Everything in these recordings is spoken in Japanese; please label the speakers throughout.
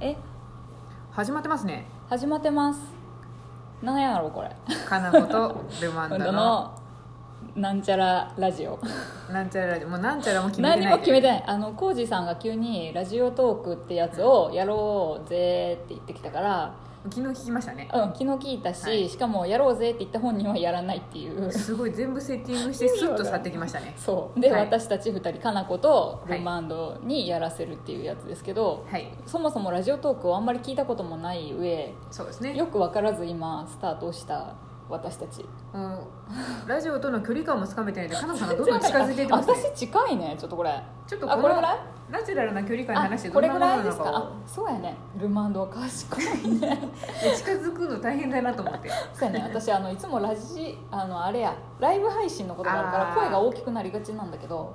Speaker 1: え
Speaker 2: 始まってますね
Speaker 1: 始まってますなんやろこれ
Speaker 2: かなことルマン
Speaker 1: 今
Speaker 2: ダ
Speaker 1: 度
Speaker 2: の
Speaker 1: のなんちゃらラジオ
Speaker 2: なんちゃらラジオもうなんちゃらも決めて
Speaker 1: 何
Speaker 2: ない
Speaker 1: も決め
Speaker 2: て
Speaker 1: てないあの浩二さんが急に「ラジオトーク」ってやつをやろうぜって言ってきたから、
Speaker 2: 昨日聞きましたね
Speaker 1: うん、昨日聞いたし、
Speaker 2: はい
Speaker 1: しかも「やろうぜ」って言った本人はやらないっていう
Speaker 2: すごい全部セッティングしてスッと去ってきましたね
Speaker 1: そうで、
Speaker 2: はい
Speaker 1: 私たち2人かなこと
Speaker 2: はい
Speaker 1: ルマンドにやらせるっていうやつですけど、
Speaker 2: はい
Speaker 1: そもそもラジオトークをあんまり聞いたこともない上
Speaker 2: そうですね
Speaker 1: よく分からず今スタートした私たち
Speaker 2: もうラジオとの距離感もつかめてないんでかなさんがどんどん近づいていってますね
Speaker 1: 私近いねちょっとこれ
Speaker 2: ちょっと
Speaker 1: あ
Speaker 2: こ
Speaker 1: これぐ
Speaker 2: の
Speaker 1: らい
Speaker 2: ナチュラルな距離感で
Speaker 1: あ
Speaker 2: 話してど
Speaker 1: こ
Speaker 2: ん
Speaker 1: れ
Speaker 2: なも
Speaker 1: ぐ
Speaker 2: の
Speaker 1: ら
Speaker 2: ない
Speaker 1: で
Speaker 2: の
Speaker 1: すか
Speaker 2: か
Speaker 1: あそうやねルマンドは賢いね
Speaker 2: をで近づくの大変だなと思って
Speaker 1: そうやね私あのいつもラジあのあれやライブ配信のことがあるか
Speaker 2: あ
Speaker 1: ら
Speaker 2: ー
Speaker 1: 声が大きくなりがちなんだけど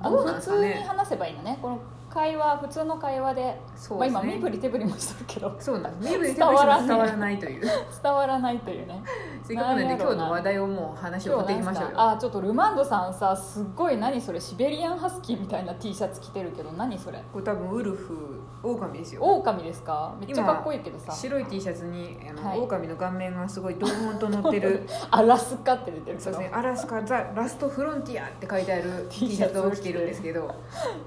Speaker 1: あ
Speaker 2: ど
Speaker 1: の
Speaker 2: うなん
Speaker 1: 普
Speaker 2: ですか
Speaker 1: 通
Speaker 2: ね
Speaker 1: に話せばいいのねこの会話普通の会話で
Speaker 2: そう
Speaker 1: まあ、
Speaker 2: ですね
Speaker 1: 今身振り手振りもしてるけど
Speaker 2: そうなんです身振り手
Speaker 1: 伝
Speaker 2: 振り
Speaker 1: わ
Speaker 2: して
Speaker 1: ら
Speaker 2: も
Speaker 1: ない
Speaker 2: 伝わらない という
Speaker 1: 伝わらないというね
Speaker 2: せっかくなんで
Speaker 1: なんや
Speaker 2: 今
Speaker 1: ろうな
Speaker 2: 日の話題をもう話を振っていきましょうよ
Speaker 1: あちょっとルマンドさんさすっごい何それシベリアンハスキーみたいな T シャツ着てるけど何それ
Speaker 2: これ多分ウルフオオカミですよ
Speaker 1: オオカミですかめっちゃかっこいいけどさ
Speaker 2: 白い T シャツにあの、
Speaker 1: はい
Speaker 2: オオカミの顔面がすごいドーンと乗っ てる
Speaker 1: アラスカって出てるけ
Speaker 2: そう
Speaker 1: ど
Speaker 2: ですね「アラスカ・ザ・ラスト・フロンティア」って書いてある T シャツを着てるんですけど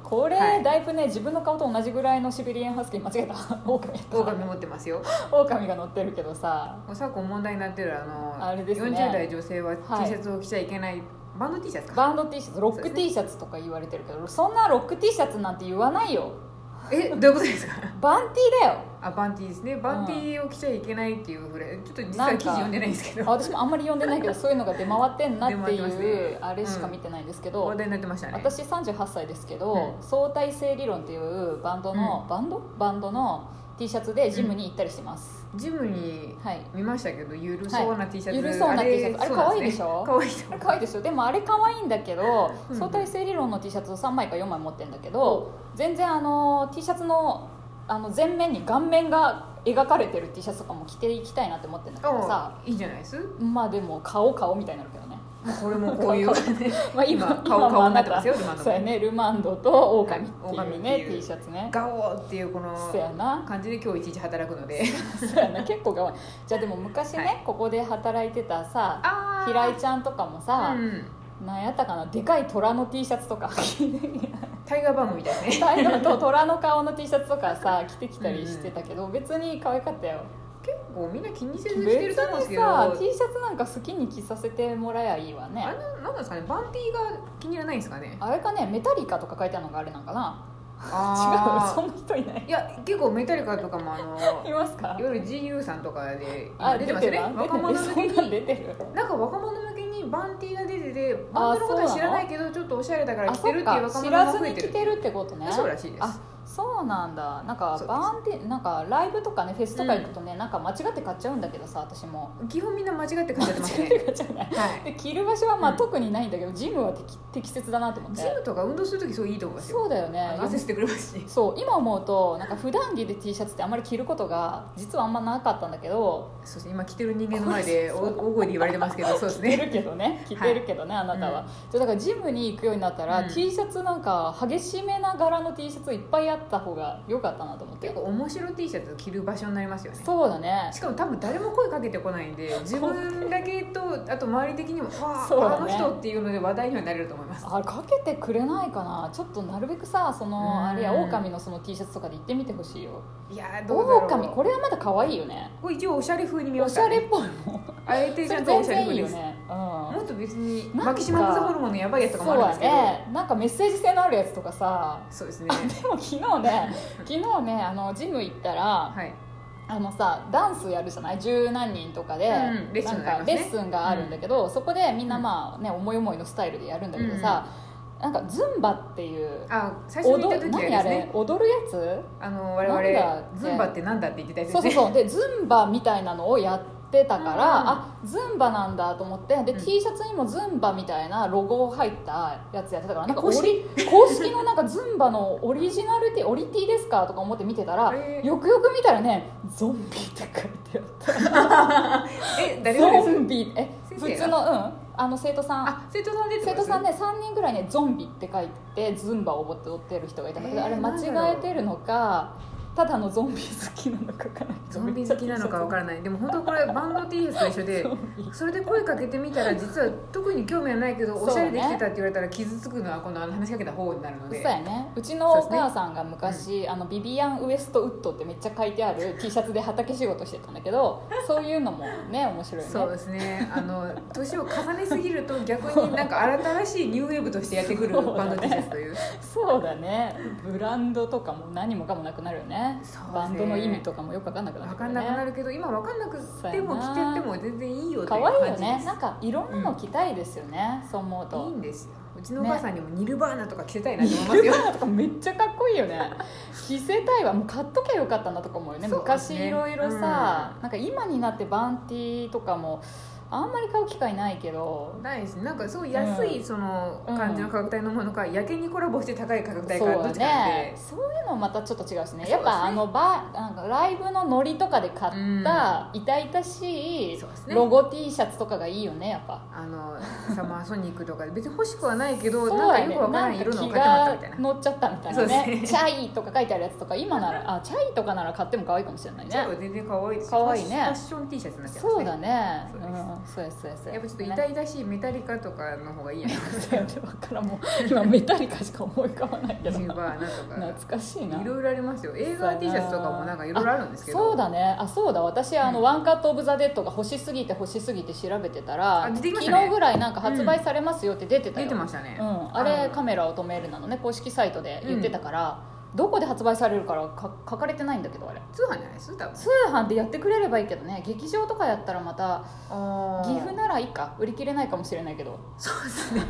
Speaker 1: これ、
Speaker 2: はい
Speaker 1: だいぶね自分の顔と同じぐらいのシベリアンハスキー間違え たオオカミやった
Speaker 2: オオカミ持ってますよ
Speaker 1: オオカミが乗ってるけどさ
Speaker 2: もう昨今問題になってるあの
Speaker 1: あれですね
Speaker 2: 40代女性は T シ
Speaker 1: はい
Speaker 2: ャツを着ちゃいけない、バンド T シャツか
Speaker 1: バンド T シャツロック T シャツとか言われてるけどそんなロック T シャツなんて言わないよ
Speaker 2: えどういうことですか
Speaker 1: バンティ だよ
Speaker 2: あバンティーですねバンティーを着ちゃいけないっていうフレーズちょっと実は記事読んでないんですけ
Speaker 1: あ
Speaker 2: ど
Speaker 1: 私もあんまり読んでないけどそういうのが出回ってんなって
Speaker 2: 出回ってます
Speaker 1: いう、
Speaker 2: ね
Speaker 1: あれしか見てないんですけど、
Speaker 2: 話題になってましたね
Speaker 1: 私38歳ですけど、
Speaker 2: うん
Speaker 1: 相対性理論っていうバンドの、バンドバンドの T シャツでジムに行ったりしてます、
Speaker 2: ジムに
Speaker 1: はい
Speaker 2: 見ましたけどゆるそうな T シャツ、
Speaker 1: ゆるそうな T シャツあれ可愛いでしょ
Speaker 2: 可愛いと
Speaker 1: こ
Speaker 2: 思
Speaker 1: れ
Speaker 2: う
Speaker 1: 可愛いでしょでもあれ可愛いんだけど
Speaker 2: うん
Speaker 1: 相対性理論の T シャツを3枚か4枚持ってるんだけど全然あの T シャツのあの前面に顔面が描かれてる T シャツとかも着ていきたいなって思ってるんだけどさ
Speaker 2: あいいじゃないです
Speaker 1: まあでも顔顔みたいになるけどね、
Speaker 2: これもこういう
Speaker 1: 顔まあ、
Speaker 2: 今 顔顔になってますよルマンド
Speaker 1: そうや
Speaker 2: も
Speaker 1: ねルマンドとオオカミっ
Speaker 2: オオ
Speaker 1: て
Speaker 2: カ
Speaker 1: い
Speaker 2: ミっ
Speaker 1: う
Speaker 2: て
Speaker 1: ね
Speaker 2: いう
Speaker 1: T シャツね
Speaker 2: ガオーっていうこ
Speaker 1: そうや
Speaker 2: の
Speaker 1: な
Speaker 2: 感じで今日一日働くので
Speaker 1: そうやな結構我慢じゃあでも昔ね、
Speaker 2: はい
Speaker 1: ここで働いてたさ
Speaker 2: あー
Speaker 1: 平井ちゃんとかもさ
Speaker 2: う、ん
Speaker 1: なんやったかなでかい虎の T シャツとか
Speaker 2: タイガーバームみたいです
Speaker 1: 大
Speaker 2: ね
Speaker 1: 河と虎の顔の T シャツとかさ着てきたりしてたけど、別に可愛かったよ
Speaker 2: 結構みんな気にせ
Speaker 1: 別
Speaker 2: ずしてると思うんです
Speaker 1: に
Speaker 2: けど
Speaker 1: さ T
Speaker 2: あ
Speaker 1: シャツなんか好きに着させてもらえばいいわね
Speaker 2: れなんなんですかねバンティーが気に入らないんですかね
Speaker 1: あれかねメタリカとか書いてあるのがあれなんかな違うそ
Speaker 2: あ
Speaker 1: んな人いない
Speaker 2: 違ういや結構メタリカとかもあ の
Speaker 1: いますか
Speaker 2: いわゆる GU さんとかで
Speaker 1: あ
Speaker 2: 今
Speaker 1: 出
Speaker 2: 出
Speaker 1: て
Speaker 2: て
Speaker 1: る
Speaker 2: ます
Speaker 1: 出てるそ
Speaker 2: よね若者向け
Speaker 1: んなん
Speaker 2: に
Speaker 1: 出てる
Speaker 2: なんか若者向けにバンティーが出ててバンドのこと
Speaker 1: あ
Speaker 2: は
Speaker 1: そう
Speaker 2: 知
Speaker 1: なの
Speaker 2: らないけどちょっとおしゃれだから
Speaker 1: あ
Speaker 2: 着てる
Speaker 1: そっ
Speaker 2: っ
Speaker 1: て
Speaker 2: いう
Speaker 1: か
Speaker 2: 若
Speaker 1: 知
Speaker 2: 者
Speaker 1: ら
Speaker 2: が
Speaker 1: ず
Speaker 2: 増え
Speaker 1: に
Speaker 2: て
Speaker 1: 着
Speaker 2: る
Speaker 1: てるってことね
Speaker 2: そうらしいです
Speaker 1: あそうなんだなん
Speaker 2: そう
Speaker 1: か
Speaker 2: です
Speaker 1: バーンってなんかライブとかねフェスとか行くとね、なんか間違って買っちゃうんだけどさ私も
Speaker 2: 基本みんな間違って買っちゃってます
Speaker 1: 間違っ
Speaker 2: ね
Speaker 1: て買っちゃうね
Speaker 2: は
Speaker 1: で
Speaker 2: い
Speaker 1: 着る場所はまあ、
Speaker 2: うん
Speaker 1: 特にないんだけどジムは適適切だなと思って
Speaker 2: ジムとか運動するときそういいと思いますよ
Speaker 1: そうだよね
Speaker 2: あの汗してくれますし
Speaker 1: そう今思うとなんか普段着で T シャツってあんまり着ることが実はあんまなかったんだけど
Speaker 2: そうですね今着てる人間の前 でお大声で言われてますけどそうです
Speaker 1: 着て
Speaker 2: ね
Speaker 1: るけどね着てるけどね、あなたは、じゃあだからジムに行くようになったら、
Speaker 2: うん
Speaker 1: T シャツなんか激しめな柄の T シャツいっぱいあった方が良かったなと思って
Speaker 2: 結構面白 T シャツ着る場所になりますよね
Speaker 1: そうだね
Speaker 2: しかも多分誰も声かけてこないんで自分だけとあと周り的にも「わ
Speaker 1: そう
Speaker 2: あ、
Speaker 1: だね
Speaker 2: あの人」っていうので話題にはなれると思います
Speaker 1: あかけてくれないかなちょっとなるべくさその
Speaker 2: うん
Speaker 1: あれやオオカミのその T シャツとかで行ってみてほしいよ
Speaker 2: いやーどうだろう
Speaker 1: オオカミこれはまだ可愛いよね
Speaker 2: これ一応おしゃれ風に見ま
Speaker 1: お
Speaker 2: し
Speaker 1: しゃ
Speaker 2: た
Speaker 1: れっ
Speaker 2: ね
Speaker 1: ぽいもん
Speaker 2: あえて
Speaker 1: そ
Speaker 2: ちゃ
Speaker 1: れ
Speaker 2: んとお
Speaker 1: 全
Speaker 2: しゃれ
Speaker 1: 然
Speaker 2: 風
Speaker 1: いいよ
Speaker 2: です
Speaker 1: ねう
Speaker 2: もっと別
Speaker 1: な
Speaker 2: に
Speaker 1: んか
Speaker 2: マキシマムザホルモンのやばいやつと
Speaker 1: ん
Speaker 2: かも
Speaker 1: そ
Speaker 2: あ
Speaker 1: う
Speaker 2: る
Speaker 1: だ
Speaker 2: んですけど
Speaker 1: ねなんかメッセージ性のあるやつとかさ
Speaker 2: そうですね
Speaker 1: あでも昨日 ね昨日ねあのジム行ったら
Speaker 2: はい
Speaker 1: あのさダンスやるじゃない十何人とかで、
Speaker 2: うんレッス
Speaker 1: な
Speaker 2: ン
Speaker 1: ん
Speaker 2: があ
Speaker 1: か
Speaker 2: ります
Speaker 1: レ
Speaker 2: ね
Speaker 1: ッスンがあるんだけど、そこでみんなまあね思い思いのスタイルでやるんだけどさ、なんかズンバっていう
Speaker 2: あ最初
Speaker 1: 踊
Speaker 2: に見た
Speaker 1: る
Speaker 2: 時は
Speaker 1: 何
Speaker 2: で
Speaker 1: あ
Speaker 2: す
Speaker 1: れ
Speaker 2: ね
Speaker 1: 踊るやつ
Speaker 2: あの我
Speaker 1: なんだっ
Speaker 2: 々
Speaker 1: け
Speaker 2: ズンバってなんだって言ってたやつで
Speaker 1: そう
Speaker 2: す
Speaker 1: そう
Speaker 2: ね
Speaker 1: そうでズンバみたいなのをやってたから、
Speaker 2: うん
Speaker 1: あズンバなんだと思ってで、
Speaker 2: うん
Speaker 1: T シャツにもズンバみたいなロゴ入ったやつやってたからなんか
Speaker 2: 公式
Speaker 1: オリ公式のなんかズンバのオリジナルティオリティですかとか思って見てたら、
Speaker 2: えー
Speaker 1: よくよく見たらねゾンビって書いてあった
Speaker 2: え誰がで
Speaker 1: ゾ
Speaker 2: す
Speaker 1: ンビえ
Speaker 2: 先生
Speaker 1: 普
Speaker 2: が
Speaker 1: 通のうんあの生徒さん
Speaker 2: あ生徒さんでってこ
Speaker 1: 生徒
Speaker 2: とです
Speaker 1: さんで3人ぐらいねゾンビって書いてズンバを覚って踊ってる人がいたんだけど、
Speaker 2: えー
Speaker 1: あれ間違えてるのかただのゾンビ好きなのかかな
Speaker 2: ゾンビ好きなのかわから
Speaker 1: ない
Speaker 2: ないでも本当 これバンド T シャツと一緒でそれで声かけてみたら実は特に興味はないけど
Speaker 1: そう
Speaker 2: お
Speaker 1: ね
Speaker 2: しゃれできてたって言われたら傷つくのはこの話しかけた方になるの
Speaker 1: そう
Speaker 2: で
Speaker 1: やねうちのお母さんが昔、あのビビアン・ウエストウッドってめっちゃ書いてある T シャツで畑仕事してたんだけどそういうのも ね面白いね
Speaker 2: そうですねあの 年を重ねすぎると逆になんか新しいニューウェーブとしてやってくる
Speaker 1: そうだね
Speaker 2: バンド T シャツという
Speaker 1: そうだねブランドとかも何もかもなくなるよね
Speaker 2: そうね
Speaker 1: バンドの意味とかもよく分かんなくなっ
Speaker 2: 分
Speaker 1: て
Speaker 2: か
Speaker 1: る
Speaker 2: ん
Speaker 1: よ
Speaker 2: なくな
Speaker 1: ね
Speaker 2: るけど今分かんなくても着
Speaker 1: そう
Speaker 2: て
Speaker 1: やな
Speaker 2: っても全然いいよと
Speaker 1: 可
Speaker 2: いう
Speaker 1: 愛い
Speaker 2: 感
Speaker 1: よ
Speaker 2: じで
Speaker 1: ね
Speaker 2: す
Speaker 1: なんかいろんなの着たいですよね、そう思う
Speaker 2: いい
Speaker 1: と
Speaker 2: んですようちのお母さんにもニルバーナとか着せたいなと思いますよ
Speaker 1: とかめっちゃかっこいいよ ね着せたいわもう買っときゃよかったんだとか思うよね
Speaker 2: そうです
Speaker 1: 昔
Speaker 2: ね
Speaker 1: いろいろさ、なんか今になってバンティーとかもあんまり買う機会ないけど
Speaker 2: ないですねなんかすごい安いその感じの価格帯のものか、やけにコラボして高い価格帯か
Speaker 1: そう
Speaker 2: どっ
Speaker 1: だ
Speaker 2: ちかなんで、
Speaker 1: ねそういうのもまたちょっと違うしね
Speaker 2: そうですね
Speaker 1: やっぱあのバなんかライブのノリとかで買った痛々しい
Speaker 2: そうですね
Speaker 1: ロゴ T シャツとかがいいよねやっぱ
Speaker 2: あのサマーソニックとかで別に欲しくはないけど、
Speaker 1: そう
Speaker 2: なんか
Speaker 1: だ
Speaker 2: よ
Speaker 1: ね
Speaker 2: くわからない
Speaker 1: なん
Speaker 2: 色
Speaker 1: か
Speaker 2: のを
Speaker 1: 気
Speaker 2: 買ってもらっ
Speaker 1: が
Speaker 2: たみたいな
Speaker 1: 乗っちゃったみたい
Speaker 2: そ
Speaker 1: な
Speaker 2: うです
Speaker 1: ね
Speaker 2: ね
Speaker 1: チャイとか書いてあるやつとか今な らあチャイとかなら買っても可愛いかもしれない
Speaker 2: じゃ
Speaker 1: ね
Speaker 2: あ全然可愛いです
Speaker 1: 可愛いね
Speaker 2: ファッション T シャツになっちゃいますね
Speaker 1: そうだねんそ
Speaker 2: そううです
Speaker 1: うですそうです
Speaker 2: やっぱちょっと
Speaker 1: ね
Speaker 2: 痛々しいメタリカとかの方がいいやな
Speaker 1: そうやねわからんもう今メタリカしか思い浮かばないけど
Speaker 2: シルバーナと
Speaker 1: 懐かしいな
Speaker 2: かいろいろありますよ映画 T シャツとかもなんかいろいろあるんですけど
Speaker 1: そうだねあそうだ私あの、
Speaker 2: うん
Speaker 1: ワンカット・オブ・ザ・デッドが欲しすぎて欲しすぎて調べてたら
Speaker 2: あ出てきましたね
Speaker 1: 昨日ぐらいなんか発売されますよって出てたよ、
Speaker 2: 出てましたね、
Speaker 1: うん、あれ
Speaker 2: の
Speaker 1: カメラを止めるなのね公式サイトで言ってたから、どこで発売されるからか書かれてないんだけどあれ
Speaker 2: 通販じゃないです多分
Speaker 1: 通販でやってくれればいいけどね劇場とかやったらまた岐阜ならいいか売り切れないかもしれないけど
Speaker 2: そうですね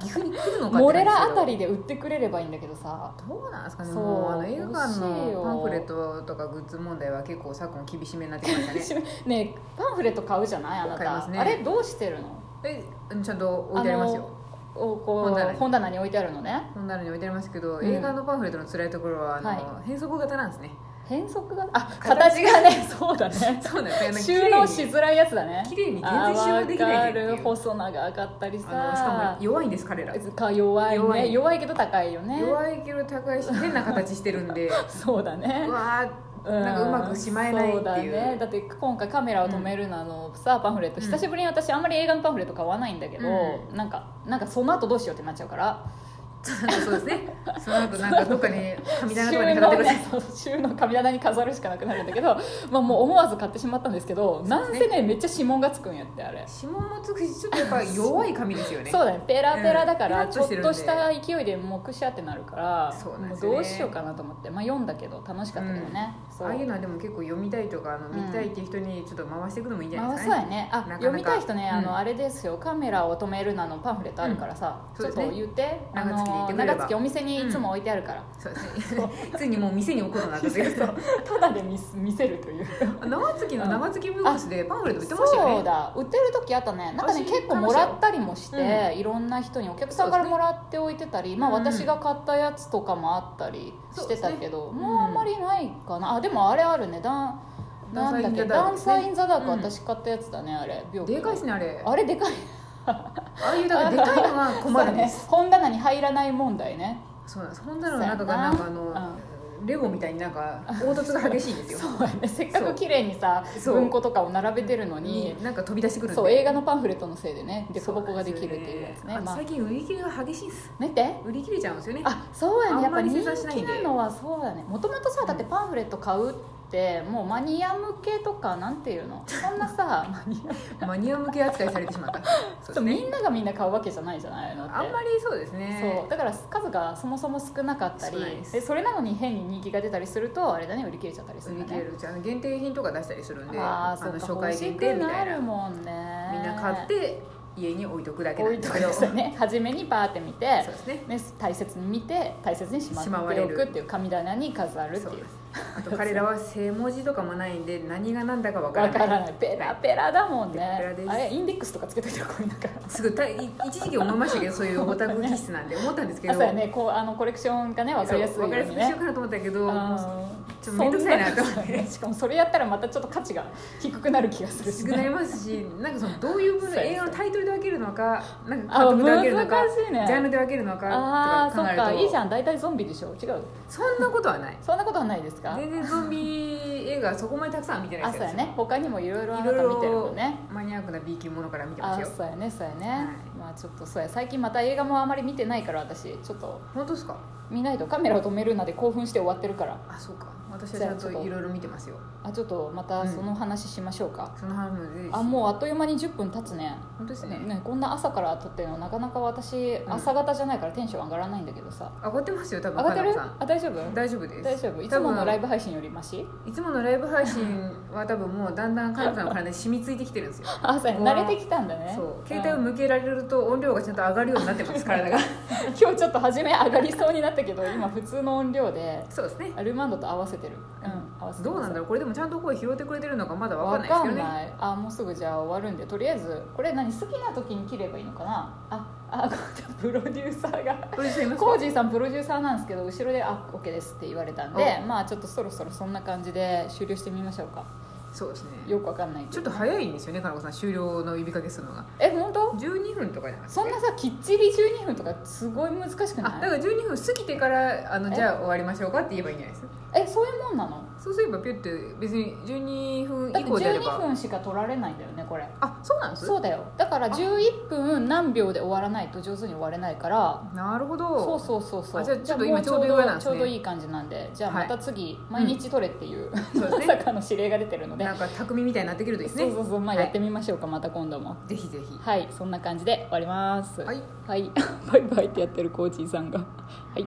Speaker 2: 岐阜に来るのかって
Speaker 1: モレラ
Speaker 2: 話
Speaker 1: あ
Speaker 2: ですけど
Speaker 1: たりで売ってくれればいいんだけどさ
Speaker 2: どうなんですかね
Speaker 1: そう
Speaker 2: もうあの映画館
Speaker 1: 欲しい
Speaker 2: の
Speaker 1: よ
Speaker 2: パンフレットとかグッズ問題は結構昨今厳しめになってきま したね
Speaker 1: ねえパンフレット買うじゃないあな
Speaker 2: 買いま
Speaker 1: た、
Speaker 2: すね
Speaker 1: あれどうしてるの
Speaker 2: えちゃんと置いてありますよ
Speaker 1: あのおこう本
Speaker 2: 本棚
Speaker 1: 棚
Speaker 2: に
Speaker 1: に置いてあるのね
Speaker 2: 本棚に置いてありますけど、
Speaker 1: うん
Speaker 2: 映画のパンフレットの辛いところはあの、
Speaker 1: は
Speaker 2: 変則型なんですね
Speaker 1: 変則があ
Speaker 2: 形
Speaker 1: 形がねそうだ ね
Speaker 2: そ うなんですよ
Speaker 1: 収納しづらいやつだね
Speaker 2: 綺麗に全然収納できない
Speaker 1: あ
Speaker 2: ねっていう
Speaker 1: わかる細長かったり
Speaker 2: あのしか
Speaker 1: さ
Speaker 2: も弱いんです彼ら
Speaker 1: か弱いね
Speaker 2: 弱
Speaker 1: 弱
Speaker 2: い
Speaker 1: いけど高いよね
Speaker 2: 弱いけど高いし変な形してるん で
Speaker 1: そうだね
Speaker 2: うわーなんかうまくしまえないってい
Speaker 1: そうだ
Speaker 2: う,、
Speaker 1: ねだって今回カメラを止めるなのさパンフレット
Speaker 2: うん
Speaker 1: 久しぶりに私あんまり映画のパンフレット買わないんだけど、
Speaker 2: う
Speaker 1: なんかなんかその後どうしようってなっちゃうから
Speaker 2: そうですねその後なんかどっか に神棚
Speaker 1: 収納
Speaker 2: とかに飾ってください
Speaker 1: ねそう収納神棚に飾るしかなくなるんだけど、まあ、もう思わず買ってしまったんですけどなんせねめっちゃ指紋がつくんやってあれ。
Speaker 2: 指紋もつくしちょっとやっぱ弱い髪ですよね
Speaker 1: そうだねペラペラだか
Speaker 2: う
Speaker 1: ら
Speaker 2: ん
Speaker 1: ちょっとした勢いでもうくしゃってなるから
Speaker 2: そうなん
Speaker 1: も
Speaker 2: で
Speaker 1: う
Speaker 2: すよね
Speaker 1: どうしようかなと思ってまあ読んだけど楽しかったけどねそ
Speaker 2: ああいう
Speaker 1: う
Speaker 2: のはでも結構読みたいとかあの
Speaker 1: うん
Speaker 2: 見たいっていう人にちょっと回していくのもいいんじゃない
Speaker 1: 回
Speaker 2: です
Speaker 1: そう
Speaker 2: かね、
Speaker 1: やねあ
Speaker 2: なかなか
Speaker 1: 読みたい人ねあ
Speaker 2: うん
Speaker 1: のあれですよカメラを止めるなのパンフレットあるからさ
Speaker 2: うん
Speaker 1: ち
Speaker 2: そう
Speaker 1: ょ
Speaker 2: で
Speaker 1: っと
Speaker 2: すね
Speaker 1: 言ってあ
Speaker 2: 長月に行っ
Speaker 1: の
Speaker 2: てくれれば
Speaker 1: 長月お店にいつも置いてあるから
Speaker 2: そうですねついにもう店に置くの なんですけど
Speaker 1: ただで見す見せるという
Speaker 2: 生月の生月ブースでパンフレット売ってましたよね
Speaker 1: そうだ売ってる時あったねなんかね
Speaker 2: 私
Speaker 1: 結構もらったりもして、
Speaker 2: 買いました
Speaker 1: いろんな人にお客さんからもらっておいてたり、まあ、
Speaker 2: うんうん
Speaker 1: 私が買ったやつとかもあったりしてたけど、
Speaker 2: そうですね
Speaker 1: もうあんまりないかな、あでもあれあるねダン
Speaker 2: ダ
Speaker 1: な
Speaker 2: ン
Speaker 1: ん
Speaker 2: サーイ
Speaker 1: だっ
Speaker 2: ン
Speaker 1: け
Speaker 2: ザ
Speaker 1: ダ
Speaker 2: ダーク
Speaker 1: ン
Speaker 2: ですね
Speaker 1: サーインザダーク
Speaker 2: うん
Speaker 1: 私買ったやつだねあれ病気
Speaker 2: でかいですねあれあ
Speaker 1: あれでかい
Speaker 2: あいうだからでかいのが困るんです
Speaker 1: そうね本棚に入らない問題ね
Speaker 2: そうなんです本棚の中がなんかあ
Speaker 1: そ
Speaker 2: の
Speaker 1: うやな、
Speaker 2: レゴみたいになんか凹凸が激しいんですよ
Speaker 1: そうやねせっかく綺麗にさ
Speaker 2: そう
Speaker 1: 文庫とかを並べてるのに
Speaker 2: なんか飛び出してくるんで
Speaker 1: そう映画のパンフレットのせいでね凸
Speaker 2: そう
Speaker 1: 凹ができるっていうやつね
Speaker 2: あ
Speaker 1: まあ
Speaker 2: 最近売り切れが激しいんです
Speaker 1: 見て
Speaker 2: 売り切れちゃうんですよね
Speaker 1: あそうやね
Speaker 2: あ
Speaker 1: やっ
Speaker 2: んま
Speaker 1: ぱ
Speaker 2: り
Speaker 1: 人
Speaker 2: 生産しないん
Speaker 1: 気
Speaker 2: で
Speaker 1: なのはそうやねもともとさだってパンフレット買うってもうマニア向けとかなんていうのそんな さマニア
Speaker 2: マニア向け扱いされてしまったそうですね
Speaker 1: みんながみんな買うわけじゃないじゃないのって
Speaker 2: あんまりそうですね
Speaker 1: そうだから数がそもそも少なかったり
Speaker 2: 少ないです
Speaker 1: でそれなのに変に人気が出たりするとあれだね売り切れちゃったりする
Speaker 2: 売
Speaker 1: ん
Speaker 2: り
Speaker 1: だ
Speaker 2: 切れ
Speaker 1: ね
Speaker 2: るうちあの限定品とか出したりするんで
Speaker 1: ああそう
Speaker 2: の
Speaker 1: か
Speaker 2: 初
Speaker 1: 欲
Speaker 2: 回
Speaker 1: し
Speaker 2: 限
Speaker 1: く
Speaker 2: 定みた
Speaker 1: ない
Speaker 2: な
Speaker 1: るもんね
Speaker 2: みんな買って家に置いとくだけな
Speaker 1: 置
Speaker 2: ん
Speaker 1: い
Speaker 2: で
Speaker 1: と
Speaker 2: す
Speaker 1: くん
Speaker 2: けど
Speaker 1: ですよね初めにパーって見て
Speaker 2: そうですね
Speaker 1: ね大切に見て大切にしま
Speaker 2: しまわ
Speaker 1: って
Speaker 2: れ
Speaker 1: お
Speaker 2: る
Speaker 1: くっていう神棚に飾るって
Speaker 2: そう
Speaker 1: い
Speaker 2: で
Speaker 1: う
Speaker 2: すあと彼らは正文字とかもないんで何が何だかわから
Speaker 1: わ
Speaker 2: ない
Speaker 1: からないペラペラだもんね
Speaker 2: ペラペラです
Speaker 1: あれインデックスとかつけといた方がいいのかな
Speaker 2: すぐたい一時期思いましたけどそういうオタク気 質なんで思ったんですけ
Speaker 1: あ
Speaker 2: ど
Speaker 1: そうやねこうあのコレクションがねわかりやすいよ
Speaker 2: そううわ
Speaker 1: に
Speaker 2: かりやす
Speaker 1: ね
Speaker 2: くしようかなと思ったけども
Speaker 1: あー
Speaker 2: ちょっと面倒くさいなと思っ
Speaker 1: そんことな
Speaker 2: て
Speaker 1: い しかもそれやったらまたちょっと価値が低くなる気がす
Speaker 2: う
Speaker 1: る し、
Speaker 2: 薄くなり
Speaker 1: ね、
Speaker 2: ますしなんかそのどういう
Speaker 1: そ
Speaker 2: 分
Speaker 1: うです
Speaker 2: 映画のタイトルで分けるのかなん
Speaker 1: あ
Speaker 2: か監督で分けるのか
Speaker 1: 難しいね
Speaker 2: ジャンルで分けるのかと
Speaker 1: ああ
Speaker 2: か
Speaker 1: そ
Speaker 2: 考
Speaker 1: っ
Speaker 2: えると
Speaker 1: かいいじゃん大体ゾンビでしょ違う
Speaker 2: そんなことはない
Speaker 1: そんなことはないですですか
Speaker 2: 全然ゾンビ映画そこまでたくさんは見てない
Speaker 1: あ
Speaker 2: で
Speaker 1: そう
Speaker 2: すよ
Speaker 1: やね他にもいろいろあ
Speaker 2: い
Speaker 1: なた
Speaker 2: ろ
Speaker 1: 見て
Speaker 2: い
Speaker 1: るの
Speaker 2: ろ
Speaker 1: ね
Speaker 2: マニアックな B 級ものから見てま
Speaker 1: あ
Speaker 2: すよ
Speaker 1: そうやねそうやね、
Speaker 2: はい
Speaker 1: まあちょっとそうや最近また映画もあまり見てないから私ちょっと
Speaker 2: 本当ですか
Speaker 1: 見ないとカメラを止めるなんで興奮して終わってるから
Speaker 2: あそうか私はちゃんといろいろ見てますよ
Speaker 1: あちょっとまたその話しましょうか、
Speaker 2: その話もぜひ
Speaker 1: あ
Speaker 2: 本
Speaker 1: もうあっという間に10分経つね
Speaker 2: 当ですね
Speaker 1: ねこんな朝から撮ってるのなかなか私
Speaker 2: ん
Speaker 1: 朝方じゃないからテンション上がらないんだけどさ、
Speaker 2: 上がってますよ
Speaker 1: 上
Speaker 2: 多分
Speaker 1: がってる
Speaker 2: 花子
Speaker 1: あ大丈夫
Speaker 2: さん大丈夫です
Speaker 1: 大丈夫いつものライ
Speaker 2: ブ
Speaker 1: ブ配信よりマシ
Speaker 2: いつものライブ配信は多分もうだんだんカナさんの体に染みついてきてるんですよ
Speaker 1: あそうや
Speaker 2: うわ
Speaker 1: 慣れてきたんだね
Speaker 2: そう
Speaker 1: うん
Speaker 2: 携帯を向けられると音量がちゃんと上がるようになってます 体が
Speaker 1: 今日ちょっと初め上がりそうになったけど今普通の音量で
Speaker 2: そうですね
Speaker 1: アルマンドと合わせてるうん合わせて
Speaker 2: どうなんだろうこれでもちゃんと声拾ってくれてるのかまだわかん
Speaker 1: 分
Speaker 2: ないです
Speaker 1: か
Speaker 2: けど
Speaker 1: ん
Speaker 2: ね
Speaker 1: ないあもうすぐじゃあ終わるんでとりあえずこれ何好きな時に切ればいいのかなああこうプロデューサーが
Speaker 2: これすいません
Speaker 1: コージーさんプロデューサーなんですけど後ろで「あオッケーです」って言われたんでまあちょっとそろそろそんな感じで終了してみましょうか
Speaker 2: そうですね
Speaker 1: よくわかんないけ
Speaker 2: ち
Speaker 1: ど
Speaker 2: ょっと早いんですよねかなこさん終了の呼びかけするのが
Speaker 1: え本当
Speaker 2: 12分とかじゃないです
Speaker 1: そんなさきっちり12分とかすごい難しく
Speaker 2: あだか
Speaker 1: ない
Speaker 2: ら12分過ぎてからあの
Speaker 1: え
Speaker 2: じゃあ終わりましょうかって言えばいいんじゃないですか
Speaker 1: えそういうもんなの
Speaker 2: そうすればピュって別に12分
Speaker 1: だっ
Speaker 2: 以
Speaker 1: て
Speaker 2: 降であれ
Speaker 1: 12
Speaker 2: ば
Speaker 1: 分しか取られないんだよねこれ
Speaker 2: あそうなんです
Speaker 1: そうだよだから11分何秒で終わらないと上手に終われないから
Speaker 2: なるほど
Speaker 1: そうそうそうそう
Speaker 2: あじゃあちょっと
Speaker 1: じゃあも
Speaker 2: 今ちょうどいいぐらいなんです
Speaker 1: ちょ
Speaker 2: ね
Speaker 1: うどいい感じなんでじゃあ
Speaker 2: は
Speaker 1: ま
Speaker 2: い
Speaker 1: た次毎日取れっていう
Speaker 2: そう
Speaker 1: ま
Speaker 2: です
Speaker 1: さ
Speaker 2: ね
Speaker 1: かの指令が出てるので
Speaker 2: なんか匠みたいになってくるといいですね
Speaker 1: そうそうそうまあ
Speaker 2: はい
Speaker 1: やってみましょうかまた今度も
Speaker 2: ぜひぜひ
Speaker 1: はいそんな感じで終わります
Speaker 2: はい
Speaker 1: はい、バイバイってやってるコーチーさんがはい